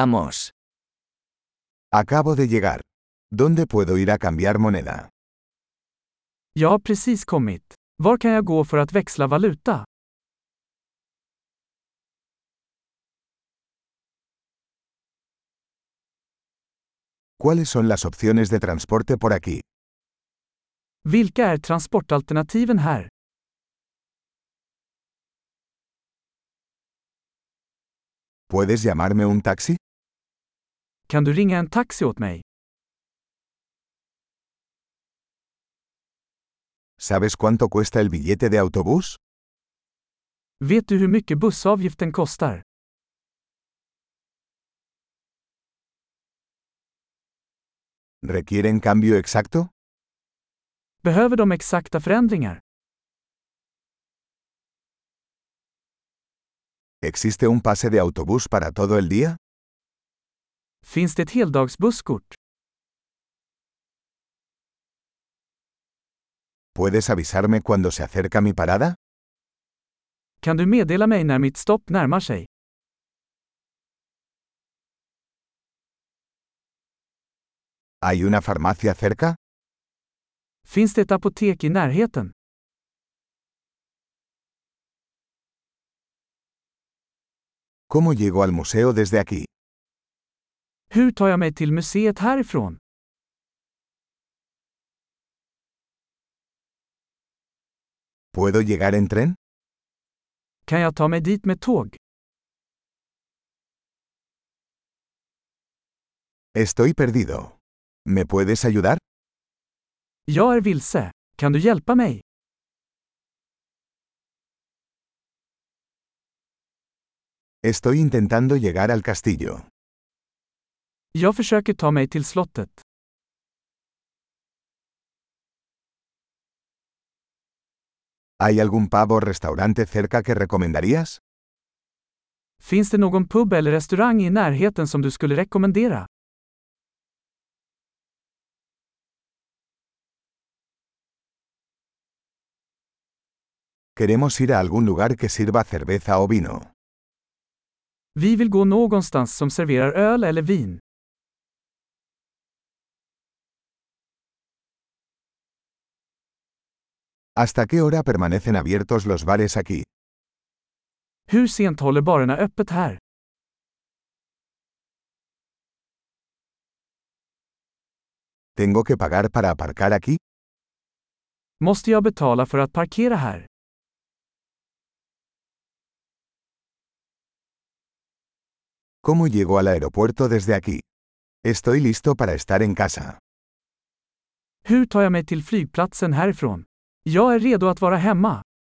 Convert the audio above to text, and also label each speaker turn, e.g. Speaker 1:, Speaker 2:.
Speaker 1: Vamos.
Speaker 2: Acabo de llegar. ¿Dónde puedo ir a cambiar moneda?
Speaker 3: Jag har precis kommit. Var kan jag gå för att växla valuta?
Speaker 2: ¿Cuáles son las opciones de transporte por aquí?
Speaker 3: Vilka är transportalternativen här?
Speaker 2: ¿Puedes llamarme un taxi?
Speaker 3: Kan du ringa en taxi åt mig?
Speaker 2: ¿Sabes cuánto cuesta el billete de autobús?
Speaker 3: Vet du hur mycket bussavgiften kostar?
Speaker 2: ¿Requieren cambio exacto?
Speaker 3: Behöver de exakta förändringar?
Speaker 2: ¿Existe un pase de autobús para todo el día?
Speaker 3: Finns det ett heldagsbusskort?
Speaker 2: ¿Puedes avisarme cuando se acerca mi parada?
Speaker 3: Kan du meddela mig när mitt stopp närmar sig?
Speaker 2: ¿Hay una farmacia cerca?
Speaker 3: Finns det ett apotek i närheten?
Speaker 2: ¿Cómo llego al museo desde aquí?
Speaker 3: Hur tar jag mig till museet härifrån?
Speaker 2: ¿Puedo llegar en tren?
Speaker 3: Kan jag ta mig dit med tåg?
Speaker 2: Estoy perdido. ¿Me puedes ayudar?
Speaker 3: Jag är vilse. Kan du hjälpa mig?
Speaker 2: Estoy intentando llegar al castillo.
Speaker 3: Jag försöker ta mig till slottet.
Speaker 2: ¿Hay algún pavo o restaurante cerca que recomendarías?
Speaker 3: Finns det någon pub eller restaurang i närheten som du skulle rekommendera?
Speaker 2: Queremos ir a algún lugar que sirva cerveza o vino.
Speaker 3: Vi vill gå någonstans som serverar öl eller vin.
Speaker 2: ¿Hasta qué hora permanecen abiertos los bares aquí?
Speaker 3: Hur sent håller barerna öppet här?
Speaker 2: ¿Tengo que pagar para aparcar aquí?
Speaker 3: Måste jag betala för att parkera här?
Speaker 2: ¿Cómo llego al aeropuerto desde aquí? Estoy listo para estar en casa.
Speaker 3: Hur tar jag mig till flygplatsen härifrån? Jag är redo att vara hemma.